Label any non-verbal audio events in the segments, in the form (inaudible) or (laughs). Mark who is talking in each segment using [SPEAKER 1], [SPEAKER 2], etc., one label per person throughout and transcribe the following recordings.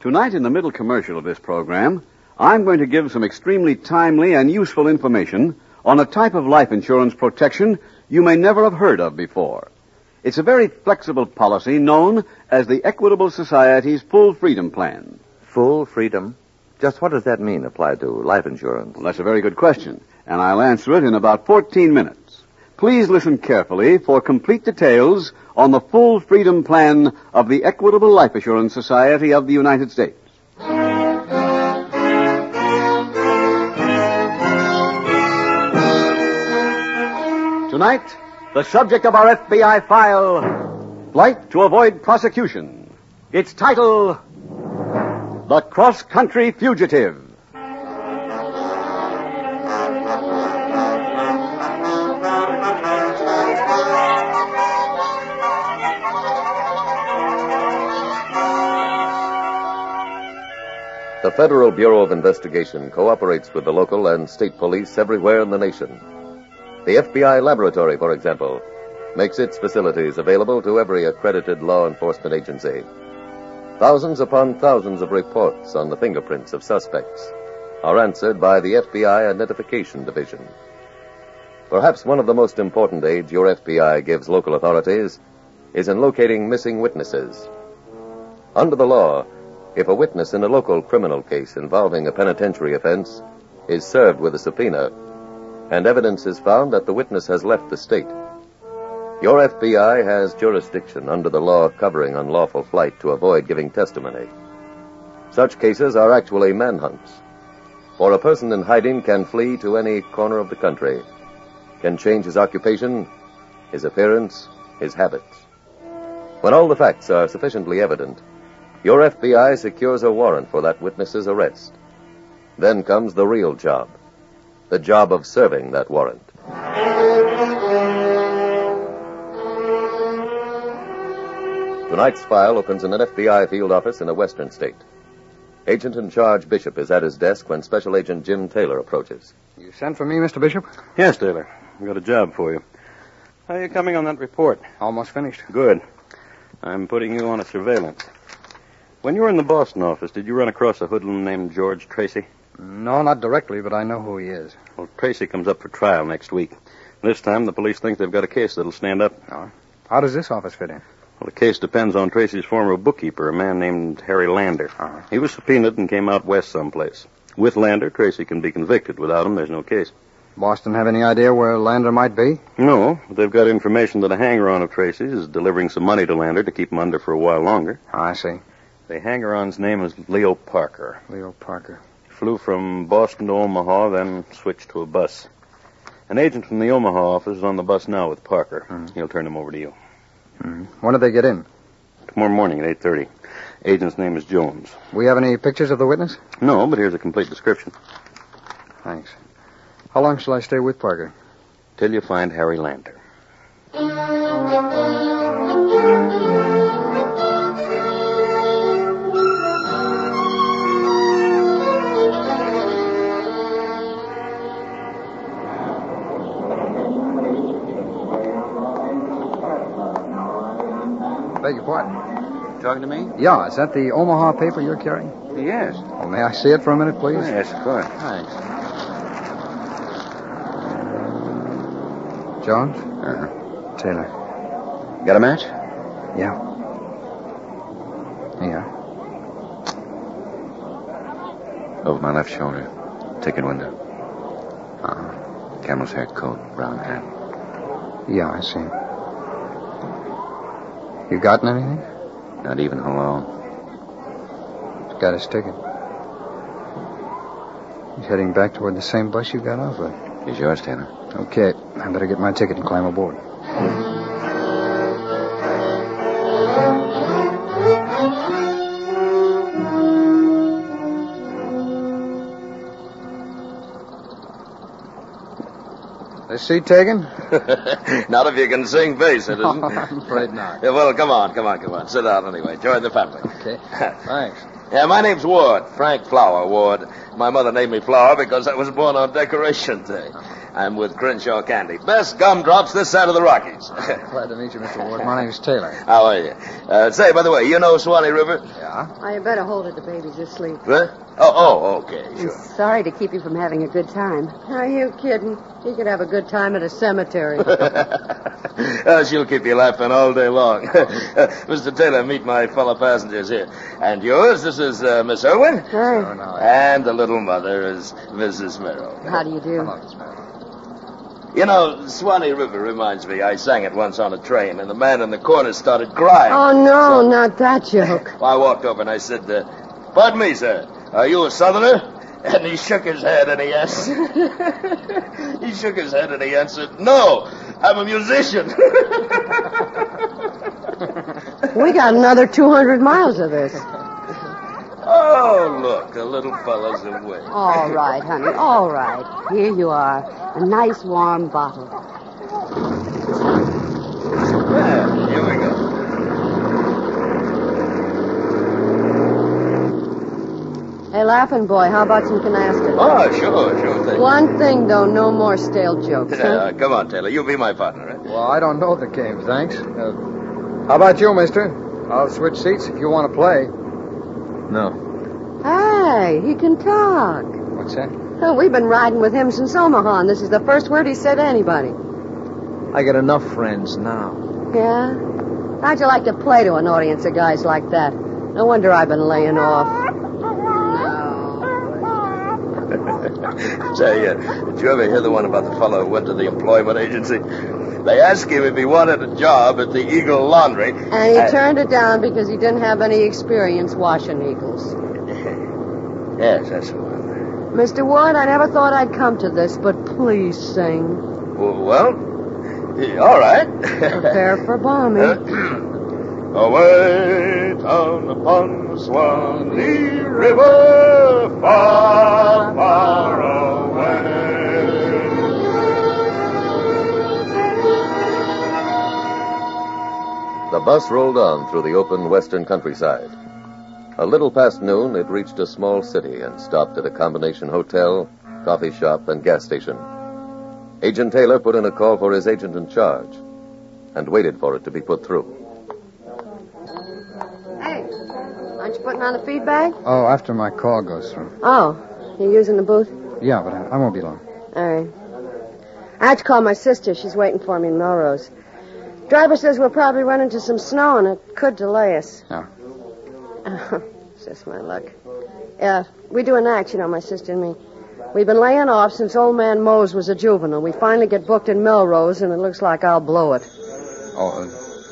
[SPEAKER 1] Tonight, in the middle commercial of this program, I'm going to give some extremely timely and useful information on a type of life insurance protection you may never have heard of before. It's a very flexible policy known as the Equitable Society's Full Freedom Plan.
[SPEAKER 2] Full freedom. Just what does that mean applied to life insurance?
[SPEAKER 1] Well, that's a very good question, and I'll answer it in about 14 minutes. Please listen carefully for complete details on the full freedom plan of the Equitable Life Assurance Society of the United States. Tonight, the subject of our FBI file, Flight to Avoid Prosecution. Its title, The Cross Country Fugitive.
[SPEAKER 2] The Federal Bureau of Investigation cooperates with the local and state police everywhere in the nation. The FBI laboratory, for example, makes its facilities available to every accredited law enforcement agency. Thousands upon thousands of reports on the fingerprints of suspects are answered by the FBI Identification Division. Perhaps one of the most important aids your FBI gives local authorities is in locating missing witnesses. Under the law, if a witness in a local criminal case involving a penitentiary offense is served with a subpoena and evidence is found that the witness has left the state, your FBI has jurisdiction under the law covering unlawful flight to avoid giving testimony. Such cases are actually manhunts. For a person in hiding can flee to any corner of the country, can change his occupation, his appearance, his habits. When all the facts are sufficiently evident, your FBI secures a warrant for that witness's arrest. Then comes the real job the job of serving that warrant. Tonight's file opens in an FBI field office in a western state. Agent in charge Bishop is at his desk when Special Agent Jim Taylor approaches.
[SPEAKER 3] You sent for me, Mr. Bishop?
[SPEAKER 4] Yes, Taylor. I've got a job for you. How are you coming on that report?
[SPEAKER 3] Almost finished.
[SPEAKER 4] Good. I'm putting you on a surveillance. When you were in the Boston office, did you run across a hoodlum named George Tracy?
[SPEAKER 3] No, not directly, but I know who he is.
[SPEAKER 4] Well, Tracy comes up for trial next week. This time, the police think they've got a case that'll stand up.
[SPEAKER 3] How does this office fit in?
[SPEAKER 4] Well, the case depends on Tracy's former bookkeeper, a man named Harry Lander.
[SPEAKER 3] Uh-huh.
[SPEAKER 4] He was subpoenaed and came out west someplace. With Lander, Tracy can be convicted. Without him, there's no case.
[SPEAKER 3] Boston have any idea where Lander might be?
[SPEAKER 4] No, but they've got information that a hanger-on of Tracy's is delivering some money to Lander to keep him under for a while longer.
[SPEAKER 3] Oh, I see.
[SPEAKER 4] The hanger-on's name is Leo Parker.
[SPEAKER 3] Leo Parker.
[SPEAKER 4] Flew from Boston to Omaha, then switched to a bus. An agent from the Omaha office is on the bus now with Parker. He'll turn him over to you.
[SPEAKER 3] When did they get in?
[SPEAKER 4] Tomorrow morning at 8.30. Agent's name is Jones.
[SPEAKER 3] We have any pictures of the witness?
[SPEAKER 4] No, but here's a complete description.
[SPEAKER 3] Thanks. How long shall I stay with Parker?
[SPEAKER 4] Till you find Harry Lander.
[SPEAKER 3] Beg your pardon.
[SPEAKER 4] Talking to me?
[SPEAKER 3] Yeah, is that the Omaha paper you're carrying?
[SPEAKER 4] Yes.
[SPEAKER 3] Oh, may I see it for a minute, please?
[SPEAKER 4] Yes, of course.
[SPEAKER 3] Thanks. Jones? Uh-huh. Taylor.
[SPEAKER 4] Got a match?
[SPEAKER 3] Yeah. Yeah.
[SPEAKER 4] Over my left shoulder. Ticket window.
[SPEAKER 5] Ah.
[SPEAKER 4] Uh-huh. Camel's hair coat, brown hat.
[SPEAKER 3] Yeah, I see. You gotten anything?
[SPEAKER 4] Not even hello.
[SPEAKER 3] He's got his ticket. He's heading back toward the same bus you got off with.
[SPEAKER 4] Is yours, Taylor?
[SPEAKER 3] Okay, I better get my ticket and climb aboard. The seat taken?
[SPEAKER 5] (laughs) Not if you can sing
[SPEAKER 4] (laughs)
[SPEAKER 5] bass, it
[SPEAKER 4] Oh,
[SPEAKER 5] isn't.
[SPEAKER 3] (laughs) I'm afraid not.
[SPEAKER 5] (laughs) Yeah, well, come on, come on, come on. Sit down anyway. Join the family.
[SPEAKER 3] Okay. Thanks.
[SPEAKER 5] (laughs) Yeah, my name's Ward, Frank Flower Ward. My mother named me Flower because I was born on Decoration Day. I'm with Crenshaw Candy. Best gumdrops this side of the Rockies.
[SPEAKER 3] Glad to meet you, Mr. Ward. My name's Taylor.
[SPEAKER 5] How are you? Uh, say, by the way, you know Swanee River?
[SPEAKER 3] Yeah?
[SPEAKER 6] Oh, you better hold it. The baby's asleep.
[SPEAKER 5] Huh? Oh, oh, okay,
[SPEAKER 6] I'm
[SPEAKER 5] sure.
[SPEAKER 6] sorry to keep you from having a good time. Are you kidding? You could have a good time at a
[SPEAKER 5] (laughs)
[SPEAKER 6] cemetery.
[SPEAKER 5] Uh, she'll keep you laughing all day (laughs) long. Uh, Mr. Taylor, meet my fellow passengers here. And yours, this is (laughs) uh, Miss Irwin.
[SPEAKER 6] Hi.
[SPEAKER 3] Oh, no.
[SPEAKER 5] And the little mother is Mrs. Merrill.
[SPEAKER 6] How do you do?
[SPEAKER 5] You know, Swanee River reminds me. I sang it once on a train, and the man in the corner started crying.
[SPEAKER 6] Oh, no, not that joke.
[SPEAKER 5] I walked over and I said, uh, Pardon me, sir. Are you a southerner? And he shook his head and he answered. he shook his head and he answered, No, I'm a musician.
[SPEAKER 6] We got another 200 miles of this.
[SPEAKER 5] oh, look, the little fellow's away.
[SPEAKER 6] All right, honey. All right. Here you are. A nice warm bottle.
[SPEAKER 5] Yeah, here we go.
[SPEAKER 6] Hey, Laughing Boy, how about some canasta?
[SPEAKER 5] Oh, sure, sure thing.
[SPEAKER 6] One thing, though, no more stale jokes.
[SPEAKER 5] Yeah,
[SPEAKER 6] Huh?
[SPEAKER 5] uh, come on, Taylor. You be my partner, eh? (laughs)
[SPEAKER 3] Well, I don't know the game, thanks. Uh, how about you, mister? I'll switch seats if you want to play. No.
[SPEAKER 6] Hey, he can talk.
[SPEAKER 3] What's that?
[SPEAKER 6] Oh, we've been riding with him since Omaha, and this is the first word he said to anybody.
[SPEAKER 3] I got enough friends now.
[SPEAKER 6] Yeah? How'd you like to play to an audience of guys like that? No wonder I've been laying off.
[SPEAKER 5] Say, uh, did you ever hear the one about the fellow who went to the employment agency? They asked him if he wanted a job at the Eagle Laundry.
[SPEAKER 6] And he
[SPEAKER 5] Uh,
[SPEAKER 6] turned it down because he didn't have any experience washing eagles.
[SPEAKER 5] Yes, that's the one.
[SPEAKER 6] Mr. Wood, I never thought I'd come to this, but please sing.
[SPEAKER 5] W- Well, yeah, all right.
[SPEAKER 6] Prepare for bombing.
[SPEAKER 5] (clears throat) Away down upon the Swanee River, far, far away.
[SPEAKER 2] The bus rolled on through the open western countryside. A little past noon, it reached a small city and stopped at a combination hotel, coffee shop, and gas station. Agent Taylor put in a call for his agent in charge and waited for it to be put through.
[SPEAKER 6] Hey, aren't you putting on the feed bag?
[SPEAKER 3] Oh, after my call goes through.
[SPEAKER 6] Oh, you using the booth?
[SPEAKER 3] Yeah, but I, I won't be long.
[SPEAKER 6] All right. I had to call my sister. She's waiting for me in Melrose. Driver says we'll probably run into some snow and it could delay us.
[SPEAKER 3] Yeah.
[SPEAKER 6] (laughs) it's just my luck. Yeah, we do an act, you know, my sister and me. We've been laying off since old man Mose was a juvenile. We finally get booked in Melrose and it looks like I'll blow it.
[SPEAKER 3] Oh,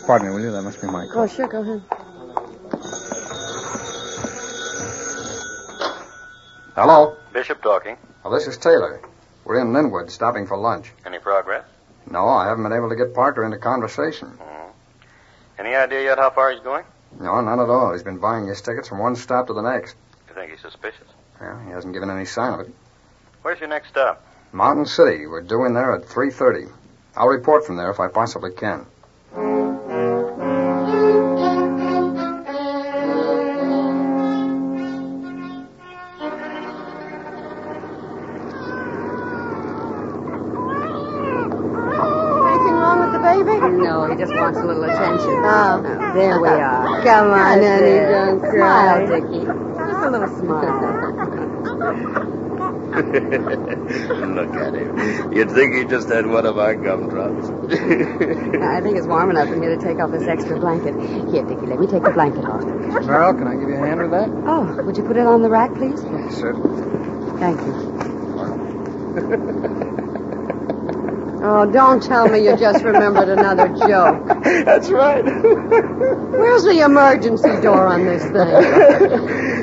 [SPEAKER 3] uh, pardon me, will you? That must be my call.
[SPEAKER 6] Oh, sure, go ahead.
[SPEAKER 3] Hello?
[SPEAKER 7] Bishop talking.
[SPEAKER 3] Well, this is Taylor. We're in Linwood, stopping for lunch.
[SPEAKER 7] Any progress?
[SPEAKER 3] No, I haven't been able to get Parker into conversation.
[SPEAKER 7] Any idea yet how far he's going?
[SPEAKER 3] No, none at all. He's been buying his tickets from one stop to the next.
[SPEAKER 7] You think he's suspicious?
[SPEAKER 3] Yeah, he hasn't given any sign of it.
[SPEAKER 7] Where's your next stop?
[SPEAKER 3] Mountain City. We're due in there at 3.30. I'll report from there if I possibly can.
[SPEAKER 6] Anything wrong with the baby?
[SPEAKER 8] No, he just wants a little attention.
[SPEAKER 6] Oh,
[SPEAKER 8] There we are.
[SPEAKER 6] Come on,
[SPEAKER 8] That's
[SPEAKER 6] honey,
[SPEAKER 8] it.
[SPEAKER 6] don't cry.
[SPEAKER 8] Smile, Dickie. Just a little smile.
[SPEAKER 5] (laughs) Look at him. You'd think he just had one of our gumdrops.
[SPEAKER 7] (laughs)
[SPEAKER 8] I think it's warm enough for me to take off this extra blanket. Here, Dickie, let me take the blanket off.
[SPEAKER 3] Merrill, can I give you a hand with that?
[SPEAKER 8] Oh, would you put it on the rack, please?
[SPEAKER 3] Yes, sir.
[SPEAKER 8] Thank you.
[SPEAKER 6] Oh, don't tell me you just remembered another joke.
[SPEAKER 3] (laughs)
[SPEAKER 5] That's right.
[SPEAKER 6] Where's the emergency door on this thing?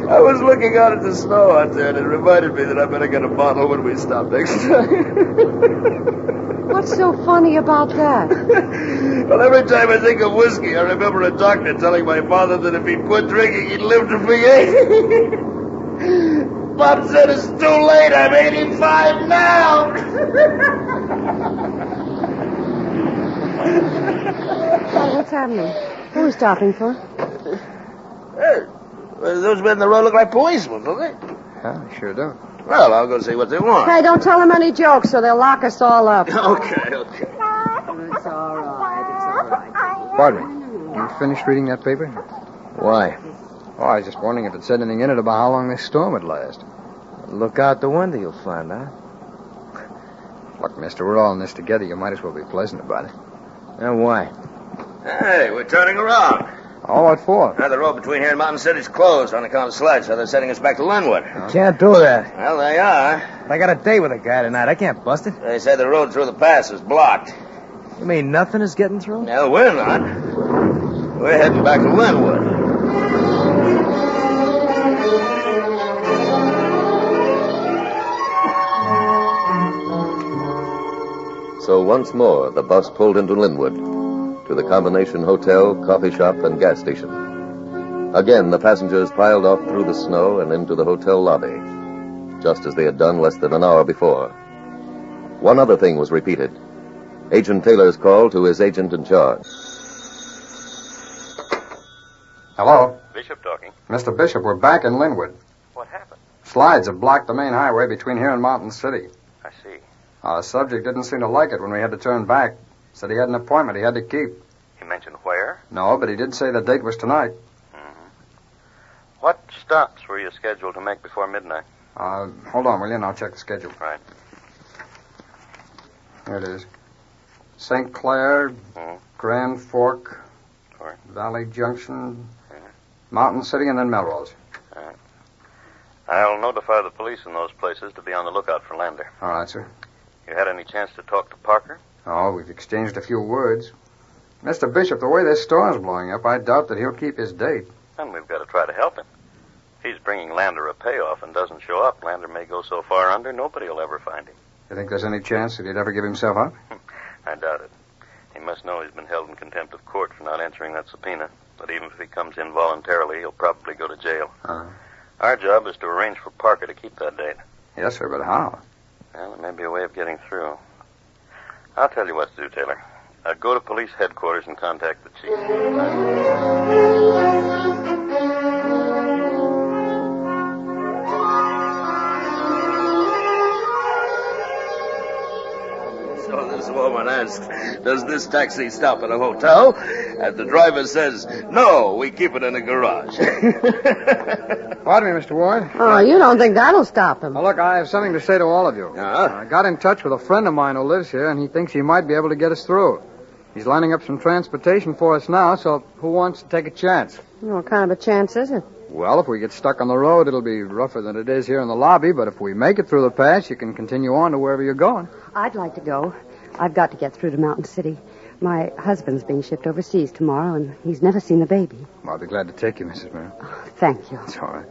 [SPEAKER 5] I was looking out at the snow out there, and it reminded me that I better get a bottle when we stop next time.
[SPEAKER 6] What's so funny about that?
[SPEAKER 5] (laughs) Well, every time I think of whiskey, I remember a doctor telling my father that if he quit drinking, he'd live to be 80. (laughs) Bob said it's too late. I'm 85 now.
[SPEAKER 6] (laughs) Oh, what's happening? Who are stopping for?
[SPEAKER 5] hey, well, those men in the road look like policemen, don't they?
[SPEAKER 3] Yeah, sure do.
[SPEAKER 5] Well, I'll go see what they want.
[SPEAKER 6] Hey, don't tell them any jokes or they'll lock us all
[SPEAKER 5] (laughs)
[SPEAKER 6] up.
[SPEAKER 5] Okay, okay.
[SPEAKER 8] It's all right. It's all right.
[SPEAKER 3] Pardon me. You finished reading that paper?
[SPEAKER 9] Why?
[SPEAKER 3] Oh, I was just wondering if it said anything in it about how long this storm would last.
[SPEAKER 9] Look out the window, you'll find out.
[SPEAKER 3] (laughs) Look, mister, we're all in this together. You might as well be pleasant about it.
[SPEAKER 9] Now, why?
[SPEAKER 5] Hey, we're turning around.
[SPEAKER 3] All what for?
[SPEAKER 5] Now, the road between here and Mountain City's closed on account of sludge, so they're sending us back to Linwood.
[SPEAKER 9] Can't do that.
[SPEAKER 5] Well, they are.
[SPEAKER 9] I got a date with a guy tonight. I can't bust it.
[SPEAKER 5] They say the road through the pass is blocked.
[SPEAKER 9] You mean nothing is getting through?
[SPEAKER 5] No, we're not. We're heading back to Linwood.
[SPEAKER 2] So once more, the bus pulled into Linwood, to the combination hotel, coffee shop, and gas station. Again, the passengers piled off through the snow and into the hotel lobby, just as they had done less than an hour before. One other thing was repeated Agent Taylor's call to his agent in charge.
[SPEAKER 3] Hello?
[SPEAKER 4] Bishop talking.
[SPEAKER 3] Mr. Bishop, we're back in Linwood.
[SPEAKER 4] What happened?
[SPEAKER 3] Slides have blocked the main highway between here and Mountain City.
[SPEAKER 4] I see.
[SPEAKER 3] Our subject didn't seem to like it when we had to turn back. Said he had an appointment he had to keep.
[SPEAKER 4] He mentioned where?
[SPEAKER 3] No, but he did say the date was tonight.
[SPEAKER 4] What stops were you scheduled to make before midnight?
[SPEAKER 3] Uh, hold on, will you? And I'll check the schedule.
[SPEAKER 4] Right.
[SPEAKER 3] Here it is. St. Clair,
[SPEAKER 4] Mhm.
[SPEAKER 3] Grand Fork,
[SPEAKER 4] All right.
[SPEAKER 3] Valley Junction,
[SPEAKER 4] Mhm.
[SPEAKER 3] Mountain City, and then Melrose.
[SPEAKER 4] I'll notify the police in those places to be on the lookout for Lander.
[SPEAKER 3] All right, sir.
[SPEAKER 4] You had any chance to talk to Parker?
[SPEAKER 3] Oh, we've exchanged a few words. Mr. Bishop, the way this storm's blowing up, I doubt that he'll keep his date.
[SPEAKER 4] Then we've got to try to help him. If he's bringing Lander a payoff and doesn't show up, Lander may go so far under nobody will ever find him.
[SPEAKER 3] You think there's any chance that he'd ever give himself up?
[SPEAKER 4] I doubt it. He must know he's been held in contempt of court for not answering that subpoena. But even if he comes in voluntarily, he'll probably go to jail.
[SPEAKER 3] Uh.
[SPEAKER 4] Our job is to arrange for Parker to keep that date.
[SPEAKER 3] Yes, sir, but how?
[SPEAKER 4] Well, there may be a way of getting through. I'll tell you what to do, Taylor. Uh, go to police headquarters and contact the chief.
[SPEAKER 5] So this woman asks, does this taxi stop at a hotel? And the driver says, no, we keep it in a garage.
[SPEAKER 3] Pardon me, Mr. Ward.
[SPEAKER 6] Oh, you don't think that'll stop him?
[SPEAKER 3] Now, look, I have something to say to all of you. Uh,
[SPEAKER 5] Uh-huh.
[SPEAKER 3] I got in touch with a friend of mine who lives here, and he thinks he might be able to get us through. He's lining up some transportation for us now, so who wants to take a chance?
[SPEAKER 6] What kind of a chance is it?
[SPEAKER 3] Well, if we get stuck on the road, it'll be rougher than it is here in the lobby, but if we make it through the pass, you can continue on to wherever you're going.
[SPEAKER 8] I'd like to go. I've got to get through to Mountain City. My husband's being shipped overseas tomorrow, and he's never seen the baby.
[SPEAKER 3] I'll be glad to take you, Mrs. Merrill.
[SPEAKER 8] Thank you.
[SPEAKER 3] That's all right.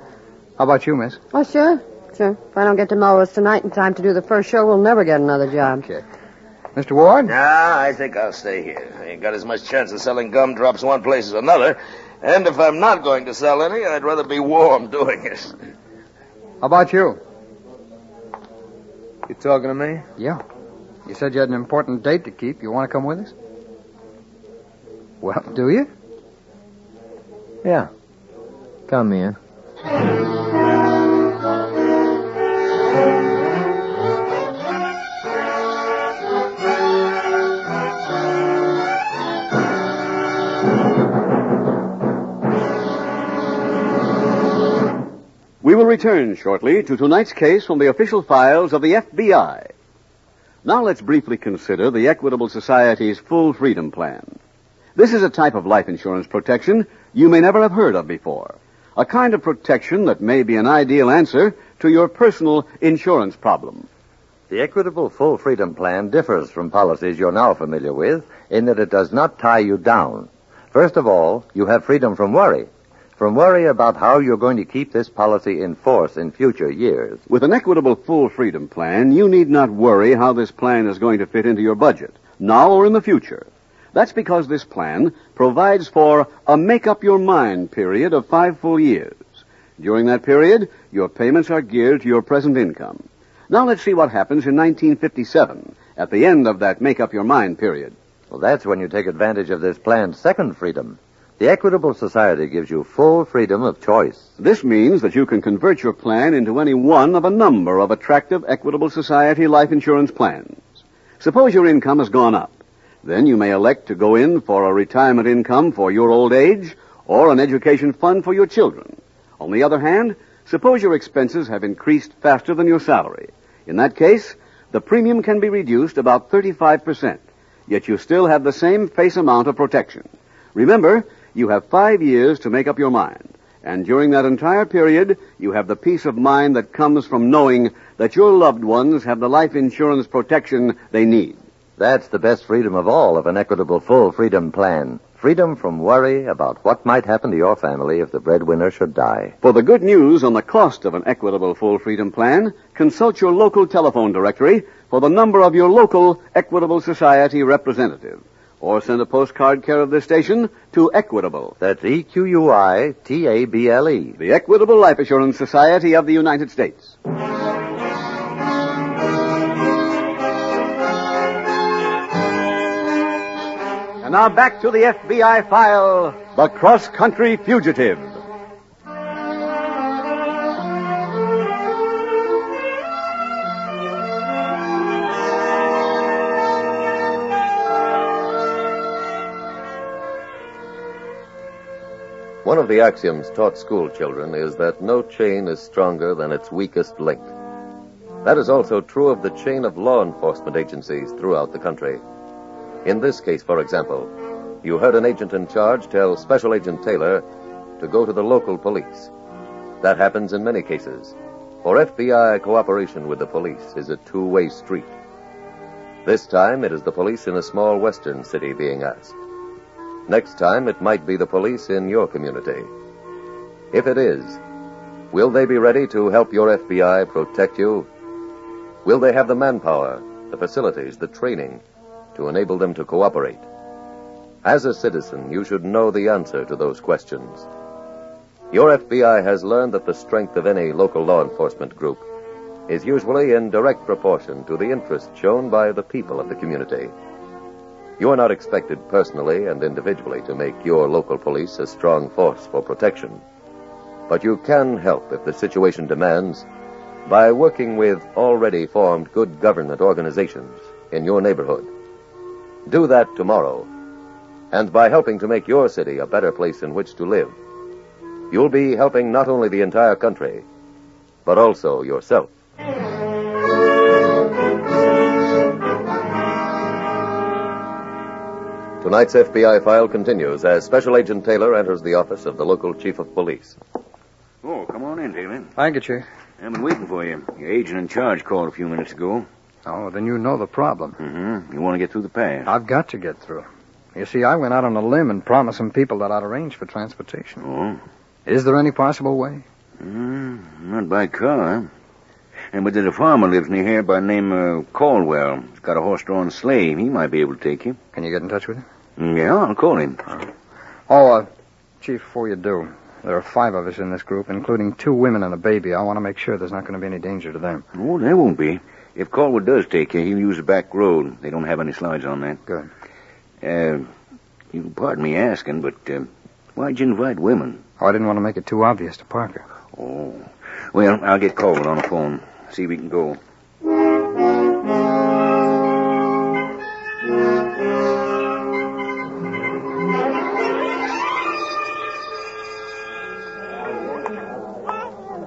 [SPEAKER 3] How about you, miss?
[SPEAKER 6] Oh, sure. Sure. If I don't get to Melrose tonight in time to do the first show, we'll never get another job.
[SPEAKER 3] Mr. Ward?
[SPEAKER 5] nah, I think I'll stay here. I ain't got as much chance of selling gumdrops one place as another. And if I'm not going to sell any, I'd rather be warm doing it.
[SPEAKER 3] How about you?
[SPEAKER 9] You talking to me?
[SPEAKER 3] Yeah. You said you had an important date to keep. You want to come with us? Well, do you?
[SPEAKER 9] Yeah. Come in.
[SPEAKER 1] We will return shortly to tonight's case from the official files of the FBI. Now let's briefly consider the Equitable Society's Full Freedom Plan. This is a type of life insurance protection you may never have heard of before. A kind of protection that may be an ideal answer to your personal insurance problem.
[SPEAKER 9] The Equitable Full Freedom Plan differs from policies you're now familiar with in that it does not tie you down. First of all, you have freedom from worry. from worry about how you're going to keep this policy in force in future years.
[SPEAKER 1] With an equitable full freedom plan, you need not worry how this plan is going to fit into your budget, now or in the future. That's because this plan provides for a make up your mind period of five full years. During that period, your payments are geared to your present income. Now let's see what happens in 1957, at the end of that make up your mind period.
[SPEAKER 9] Well, that's when you take advantage of this plan's second freedom. The Equitable Society gives you full freedom of choice.
[SPEAKER 1] This means that you can convert your plan into any one of a number of attractive Equitable Society life insurance plans. Suppose your income has gone up. Then you may elect to go in for a retirement income for your old age or an education fund for your children. On the other hand, suppose your expenses have increased faster than your salary. In that case, the premium can be reduced about 35%, yet you still have the same face amount of protection. Remember, you have five years to make up your mind. And during that entire period, you have the peace of mind that comes from knowing that your loved ones have the life insurance protection they need.
[SPEAKER 9] That's the best freedom of all of an equitable full freedom plan. Freedom from worry about what might happen to your family if the breadwinner should die.
[SPEAKER 1] For the good news on the cost of an equitable full freedom plan, consult your local telephone directory for the number of your local Equitable Society representative. Or send a postcard care of this station to Equitable.
[SPEAKER 9] That's E Q U I T A B L E.
[SPEAKER 1] the Equitable Life Assurance Society of the United States. And now back to the FBI file The Cross Country Fugitive.
[SPEAKER 2] One of the axioms taught school children is that no chain is stronger than its weakest link. That is also true of the chain of law enforcement agencies throughout the country. In this case, for example, you heard an agent in charge tell Special Agent Taylor to go to the local police. That happens in many cases, for FBI cooperation with the police is a two-way street. This time it is the police in a small western city being asked. Next time, it might be the police in your community. If it is, will they be ready to help your FBI protect you? Will they have the manpower, the facilities, the training to enable them to cooperate? As a citizen, you should know the answer to those questions. Your FBI has learned that the strength of any local law enforcement group is usually in direct proportion to the interest shown by the people of the community. You are not expected personally and individually to make your local police a strong force for protection. But you can help if the situation demands by working with already formed good government organizations in your neighborhood. Do that tomorrow, and by helping to make your city a better place in which to live, you'll be helping not only the entire country, but also yourself. Tonight's FBI file continues as Special Agent Taylor enters the office of the local chief of police.
[SPEAKER 4] Oh, come on in, Taylor.
[SPEAKER 3] Handkerchief.
[SPEAKER 4] I've been waiting for you. Your agent in charge called a few minutes ago.
[SPEAKER 3] Oh, then you know the problem.
[SPEAKER 4] Mm-hmm. You want to get through the
[SPEAKER 1] Uh.
[SPEAKER 4] pass.
[SPEAKER 3] I've got to get through. You see, I went out on a limb and promised some people that I'd arrange for transportation.
[SPEAKER 4] Oh.
[SPEAKER 3] Is there any possible way?
[SPEAKER 4] Mm, not by car. And but there's a farmer lives near here by the name of Caldwell. He's got a horse-drawn sleigh. He might be able to take you.
[SPEAKER 3] Can you get in touch with him?
[SPEAKER 1] Mm-hmm.
[SPEAKER 4] Yeah, I'll call him.
[SPEAKER 3] Oh, uh, Chief, before you do, there are five of us in this group, including two women and a baby. I want to make sure there's not going to be any danger to them.
[SPEAKER 4] Oh, there won't be. If Caldwell does take you, he'll use the back road. They don't have any slides on that.
[SPEAKER 3] Good.
[SPEAKER 4] Uh, you pardon me asking, but uh, why'd you invite women?
[SPEAKER 3] Oh, I didn't want to make it too obvious to Parker.
[SPEAKER 4] Oh. Well, I'll get Caldwell on the phone. See if we can go.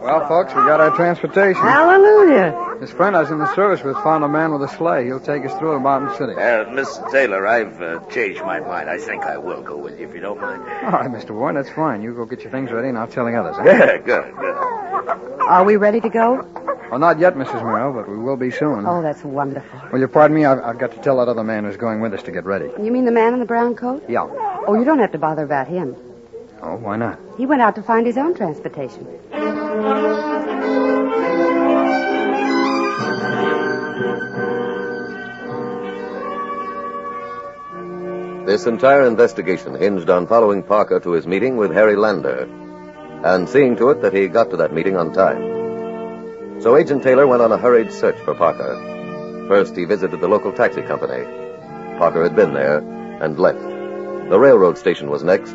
[SPEAKER 3] Well, folks, we got our transportation.
[SPEAKER 6] Hallelujah.
[SPEAKER 3] This friend I was in the service with found a man with a sleigh. He'll take us through to Mountain City.
[SPEAKER 10] Uh, Mr. Taylor, I've uh, changed my mind. I think I will go with you if you don't mind.
[SPEAKER 3] All right, Mr. Warren, that's fine. You go get your things ready, and I'll tell the others. eh?
[SPEAKER 10] Yeah, good. good.
[SPEAKER 8] Are we ready to go?
[SPEAKER 3] Well, not yet, Mrs. Merrill, but we will be soon.
[SPEAKER 8] Oh, that's wonderful.
[SPEAKER 3] Will you pardon me? I've, I've got to tell that other man who's going with us to get ready.
[SPEAKER 8] You mean the man in the brown coat?
[SPEAKER 3] Yeah.
[SPEAKER 8] Oh, you don't have to bother about him.
[SPEAKER 3] Oh, why not?
[SPEAKER 8] He went out to find his own transportation.
[SPEAKER 2] This entire investigation hinged on following Parker to his meeting with Harry Lander and seeing to it that he got to that meeting on time. So Agent Taylor went on a hurried search for Parker. First, he visited the local taxi company. Parker had been there and left. The railroad station was next.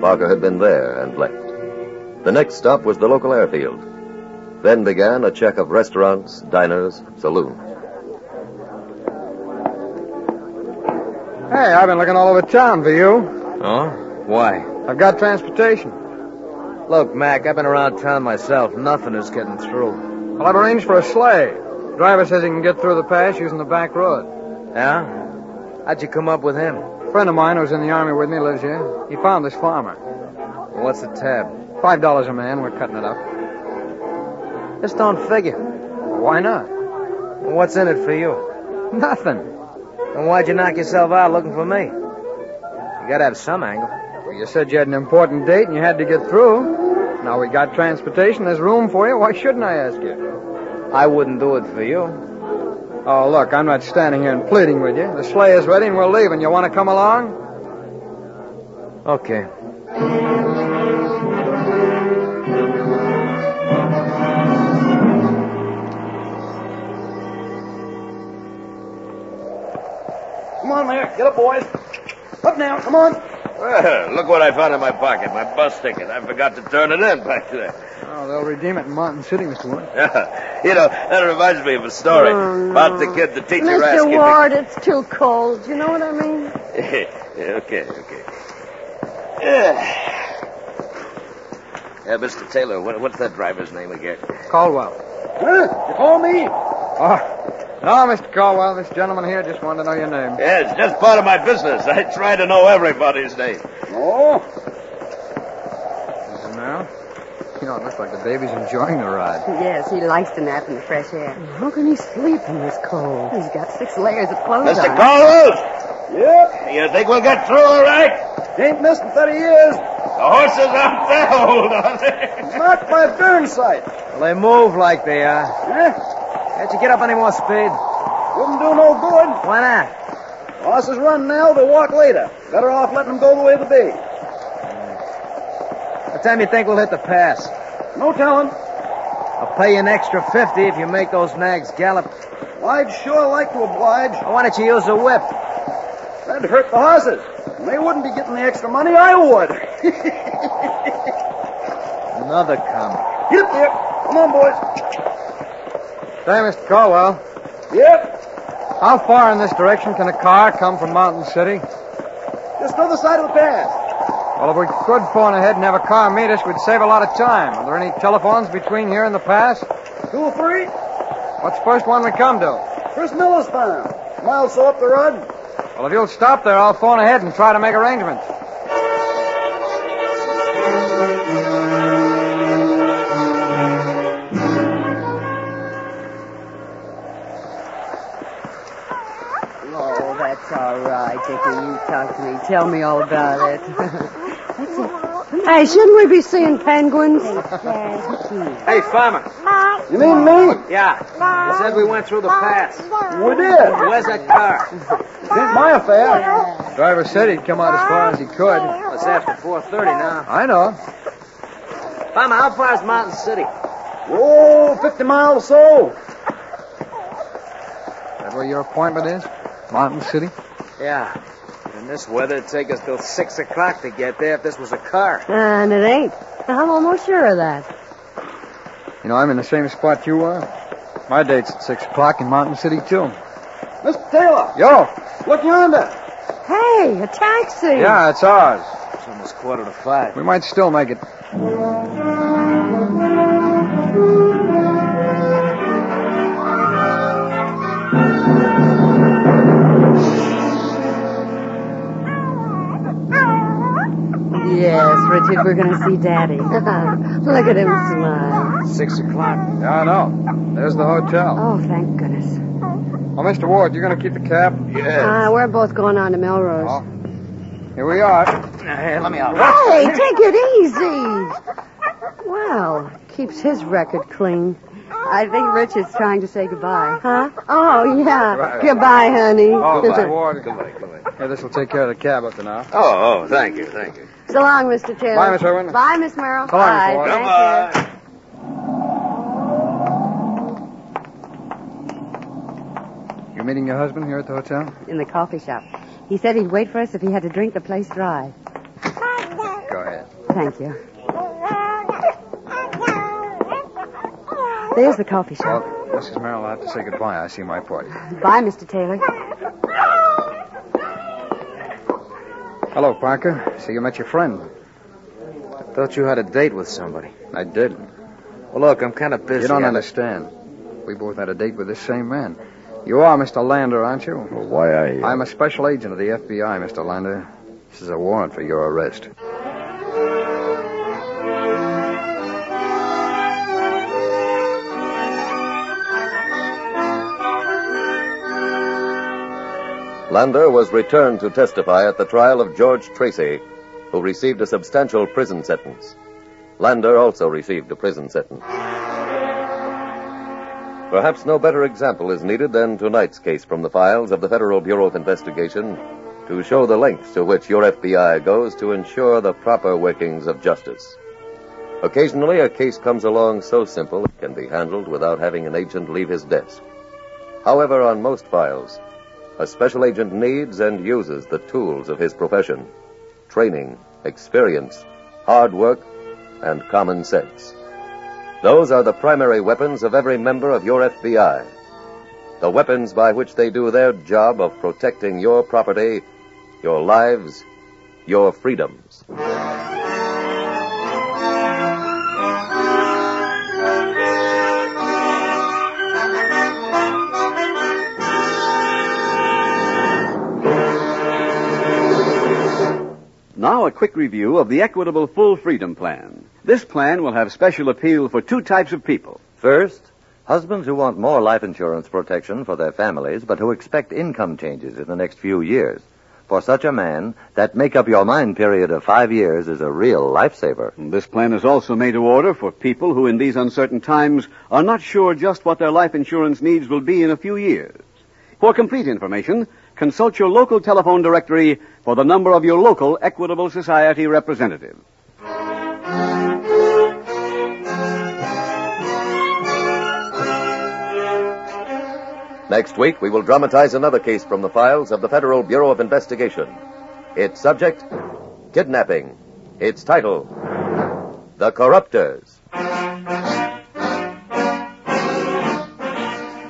[SPEAKER 2] Parker had been there and left. The next stop was the local airfield. Then began a check of restaurants, diners, saloons.
[SPEAKER 3] Hey, I've been looking all over town for you.
[SPEAKER 10] Oh? Why?
[SPEAKER 3] I've got transportation.
[SPEAKER 10] Look, Mac, I've been around town myself. Nothing is getting through.
[SPEAKER 3] Well, I've arranged for a sleigh. Driver says he can get through the pass using the back road.
[SPEAKER 10] Yeah? How'd you come up with him?
[SPEAKER 3] A friend of mine who's in the army with me lives here. He found this farmer.
[SPEAKER 10] What's the tab?
[SPEAKER 3] Five dollars a man. We're cutting it up.
[SPEAKER 10] Just don't figure.
[SPEAKER 3] Why not?
[SPEAKER 10] What's in it for you?
[SPEAKER 3] Nothing.
[SPEAKER 10] Then why'd you knock yourself out looking for me? You gotta have some angle.
[SPEAKER 3] Well, you said you had an important date and you had to get through. Now we got transportation. There's room for you. Why shouldn't I ask you?
[SPEAKER 10] I wouldn't do it for you.
[SPEAKER 3] Oh, look, I'm not standing here and pleading with you. The sleigh is ready and we're leaving. You want to come along?
[SPEAKER 10] Okay.
[SPEAKER 3] Come on, Mayor. Get up, boys. Up now. Come on.
[SPEAKER 10] Well, look what I found in my pocket. My bus ticket. I forgot to turn it in back there.
[SPEAKER 3] Oh, they'll redeem it in Mountain City, Mr. Wood.
[SPEAKER 10] (laughs) you know, that reminds me of a story about the kid the teacher asked
[SPEAKER 6] Mr.
[SPEAKER 10] him to-
[SPEAKER 6] Ward, it's too cold. You know what I mean?
[SPEAKER 10] (laughs) okay, okay. (sighs) Yeah. Yeah, Mr. Taylor, what, what's that driver's name again?
[SPEAKER 3] Caldwell. Huh? You call me? Oh, no, Mr. Caldwell. This gentleman here just wanted to know your name.
[SPEAKER 10] Yeah, it's just part of my business. I try to know everybody's name.
[SPEAKER 3] Oh. Now? You know, it looks like the baby's enjoying the ride.
[SPEAKER 8] Yes, he likes to nap in the fresh air. How can he sleep in this cold? He's got six layers of clothes
[SPEAKER 10] Mr.
[SPEAKER 8] on.
[SPEAKER 10] Carlos! Yep. You think we'll get through all right?
[SPEAKER 3] Ain't missed in 30 years.
[SPEAKER 10] The horses up there, hold on.
[SPEAKER 3] Not my burn sight. Well, they move like they are. Huh? Can't you get up any more speed? Wouldn't do no good. Why not? Horses run now, they'll walk later. Better off letting them go the way they be. What time you think we'll hit the pass? No telling. I'll pay you an extra 50 if you make those nags gallop. I'd sure like to oblige. Why don't you use a whip? That'd hurt the horses. They wouldn't be getting the extra money, I would. (laughs) Another comic. Get up there. Come on, boys. Hey, Mr. Caldwell. Yep. How far in this direction can a car come from Mountain City? Just the other side of the pass. Well, if we could phone ahead and have a car meet us, we'd save a lot of time. Are there any telephones between here and the pass? Two or three. What's the first one we come to? Chris Miller's farm. Mile so up the road. Well, if you'll stop there, I'll phone ahead and try to make arrangements.
[SPEAKER 8] Oh, that's all right, Dickie. You talk to me. Tell me all about it. (laughs) that's it.
[SPEAKER 6] Hey, shouldn't we be seeing penguins?
[SPEAKER 3] Hey, farmer. You mean me? Yeah. You said we went through the pass. We did. Where's that car? It ain't my affair. Driver said he'd come out as far as he could. It's after 4.30 now. I know. Farmer, how far is Mountain City? Whoa, 50 Oh, miles or so. That where your appointment is? Mountain City?
[SPEAKER 10] Yeah. In this weather, it'd take us till 6 o'clock to get there if this was a car.
[SPEAKER 6] And it ain't. I'm almost sure of that.
[SPEAKER 3] You know, I'm in the same spot you are. My date's at 6 o'clock in Mountain City, too. Mr. Taylor. Yo. Look yonder.
[SPEAKER 6] Hey, a taxi.
[SPEAKER 3] Yeah, it's ours.
[SPEAKER 10] It's almost quarter to 5.
[SPEAKER 3] We might still make it.
[SPEAKER 8] Yes, Richard, we're going to see (laughs) Daddy.
[SPEAKER 6] Look at him smile.
[SPEAKER 10] 6 o'clock.
[SPEAKER 3] Yeah, I know. There's the hotel.
[SPEAKER 8] Oh, thank goodness.
[SPEAKER 3] Oh, Mr. Ward, you gonna keep the cab?
[SPEAKER 10] Yeah.
[SPEAKER 6] Uh, we're both going on to Melrose.
[SPEAKER 3] Oh. Here we are. Hey, let me out.
[SPEAKER 6] Hey, take it easy. Wow, keeps his record clean.
[SPEAKER 8] I think Richard's trying to say goodbye.
[SPEAKER 6] Huh? Oh, yeah. Goodbye, honey.
[SPEAKER 3] Oh,
[SPEAKER 10] Goodbye.
[SPEAKER 3] Ward.
[SPEAKER 10] Goodbye, goodbye.
[SPEAKER 3] Here, this will take care of the cab up to now.
[SPEAKER 10] Oh, oh, thank you, thank you.
[SPEAKER 6] So long, Mr. Taylor.
[SPEAKER 3] Bye, Miss Irwin.
[SPEAKER 6] Bye, Miss Merrill.
[SPEAKER 3] So long, Miss Irwin.
[SPEAKER 6] Bye. Thank you.
[SPEAKER 10] Goodbye.
[SPEAKER 3] You're meeting your husband here at the hotel?
[SPEAKER 8] In the coffee shop. He said he'd wait for us if he had to drink the place dry.
[SPEAKER 3] Go ahead.
[SPEAKER 8] Thank you. There's the coffee
[SPEAKER 3] Well,
[SPEAKER 8] shop.
[SPEAKER 3] Mrs. Merrill, I have to say goodbye. I see my party.
[SPEAKER 8] Bye, Mr. Taylor.
[SPEAKER 3] Hello, Parker. See, you met your friend.
[SPEAKER 11] Thought you had a date with somebody.
[SPEAKER 3] I did.
[SPEAKER 11] Well, look, I'm kind of busy.
[SPEAKER 3] You don't
[SPEAKER 11] I-
[SPEAKER 3] understand. We both had a date with this same man. You are Mr. Lander, aren't you?
[SPEAKER 5] Well, why are you?
[SPEAKER 3] I'm a special agent of the FBI, Mr. Lander. This is a warrant for your arrest.
[SPEAKER 2] Lander was returned to testify at the trial of George Tracy, who received a substantial prison sentence. Lander also received a prison sentence. Perhaps no better example is needed than tonight's case from the files of the Federal Bureau of Investigation to show the lengths to which your FBI goes to ensure the proper workings of justice. Occasionally, a case comes along so simple it can be handled without having an agent leave his desk. However, on most files, a special agent needs and uses the tools of his profession training, experience, hard work, and common sense. Those are the primary weapons of every member of your FBI. The weapons by which they do their job of protecting your property, your lives, your freedoms.
[SPEAKER 1] Now, a quick review of the Equitable Full Freedom Plan. This plan will have special appeal for two types of people.
[SPEAKER 9] First, husbands who want more life insurance protection for their families, but who expect income changes in the next few years. For such a man, that make up your mind period of five years is a real lifesaver.
[SPEAKER 1] This plan is also made to order for people who, in these uncertain times, are not sure just what their life insurance needs will be in a few years. For complete information, consult your local telephone directory for the number of your local Equitable Society representative.
[SPEAKER 2] Next week, we will dramatize another case from the files of the Federal Bureau of Investigation. Its subject, kidnapping. Its title, The Corruptors.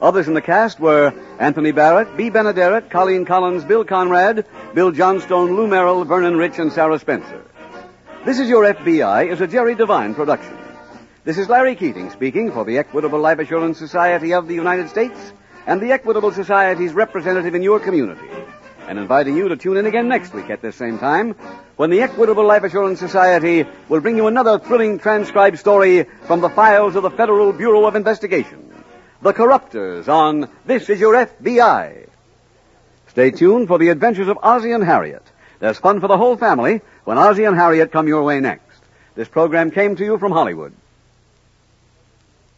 [SPEAKER 1] Others in the cast were Anthony Barrett, B. Benaderet, Colleen Collins, Bill Conrad, Bill Johnstone, Lou Merrill, Vernon Rich, and Sarah Spencer. This is Your FBI is a Jerry Devine production. This is Larry Keating speaking for the Equitable Life Assurance Society of the United States and the Equitable Society's representative in your community. And inviting you to tune in again next week at this same time when the Equitable Life Assurance Society will bring you another thrilling transcribed story from the files of the Federal Bureau of Investigation. The Corruptors on This Is Your FBI. Stay tuned for the adventures of Ozzie and Harriet. There's fun for the whole family when Ozzie and Harriet come your way next. This program came to you from Hollywood.